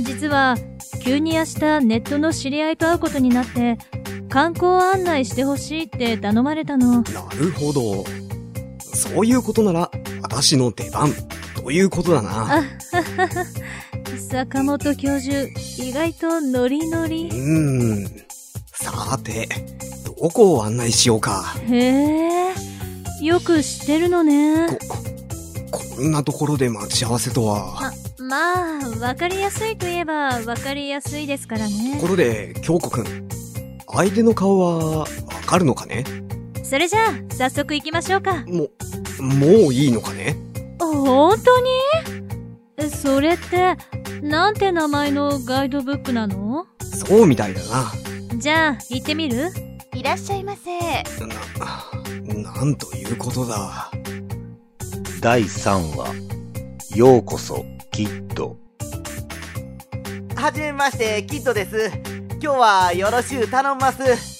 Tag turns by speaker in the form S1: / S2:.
S1: 実は急に明日ネットの知り合いと会うことになって観光案内してほしいって頼まれたの
S2: なるほど。そういうことなら、私の出番、ということだな。
S1: 坂本教授意外とノリノ
S2: う
S1: リ
S2: ーん。さて、どこを案内しようか。
S1: へえよく知ってるのね
S2: こ、こんなところで待ち合わせとは。
S1: まあわかりやすいといえばわかりやすいですから
S2: と
S1: ね
S2: ころで、京子くん。相手の顔は、わかるのかね
S1: それじゃあ早速行きましょうか
S2: も、もういいのかね
S1: 本当にえそれってなんて名前のガイドブックなの
S2: そうみたいだな。
S1: じゃあ行ってみる
S3: いらっしゃいませ
S2: な、なんということだ。
S4: 第3話、ようこそ、キッド。
S5: はじめまして、キッドです。今日はよろしゅう頼んます。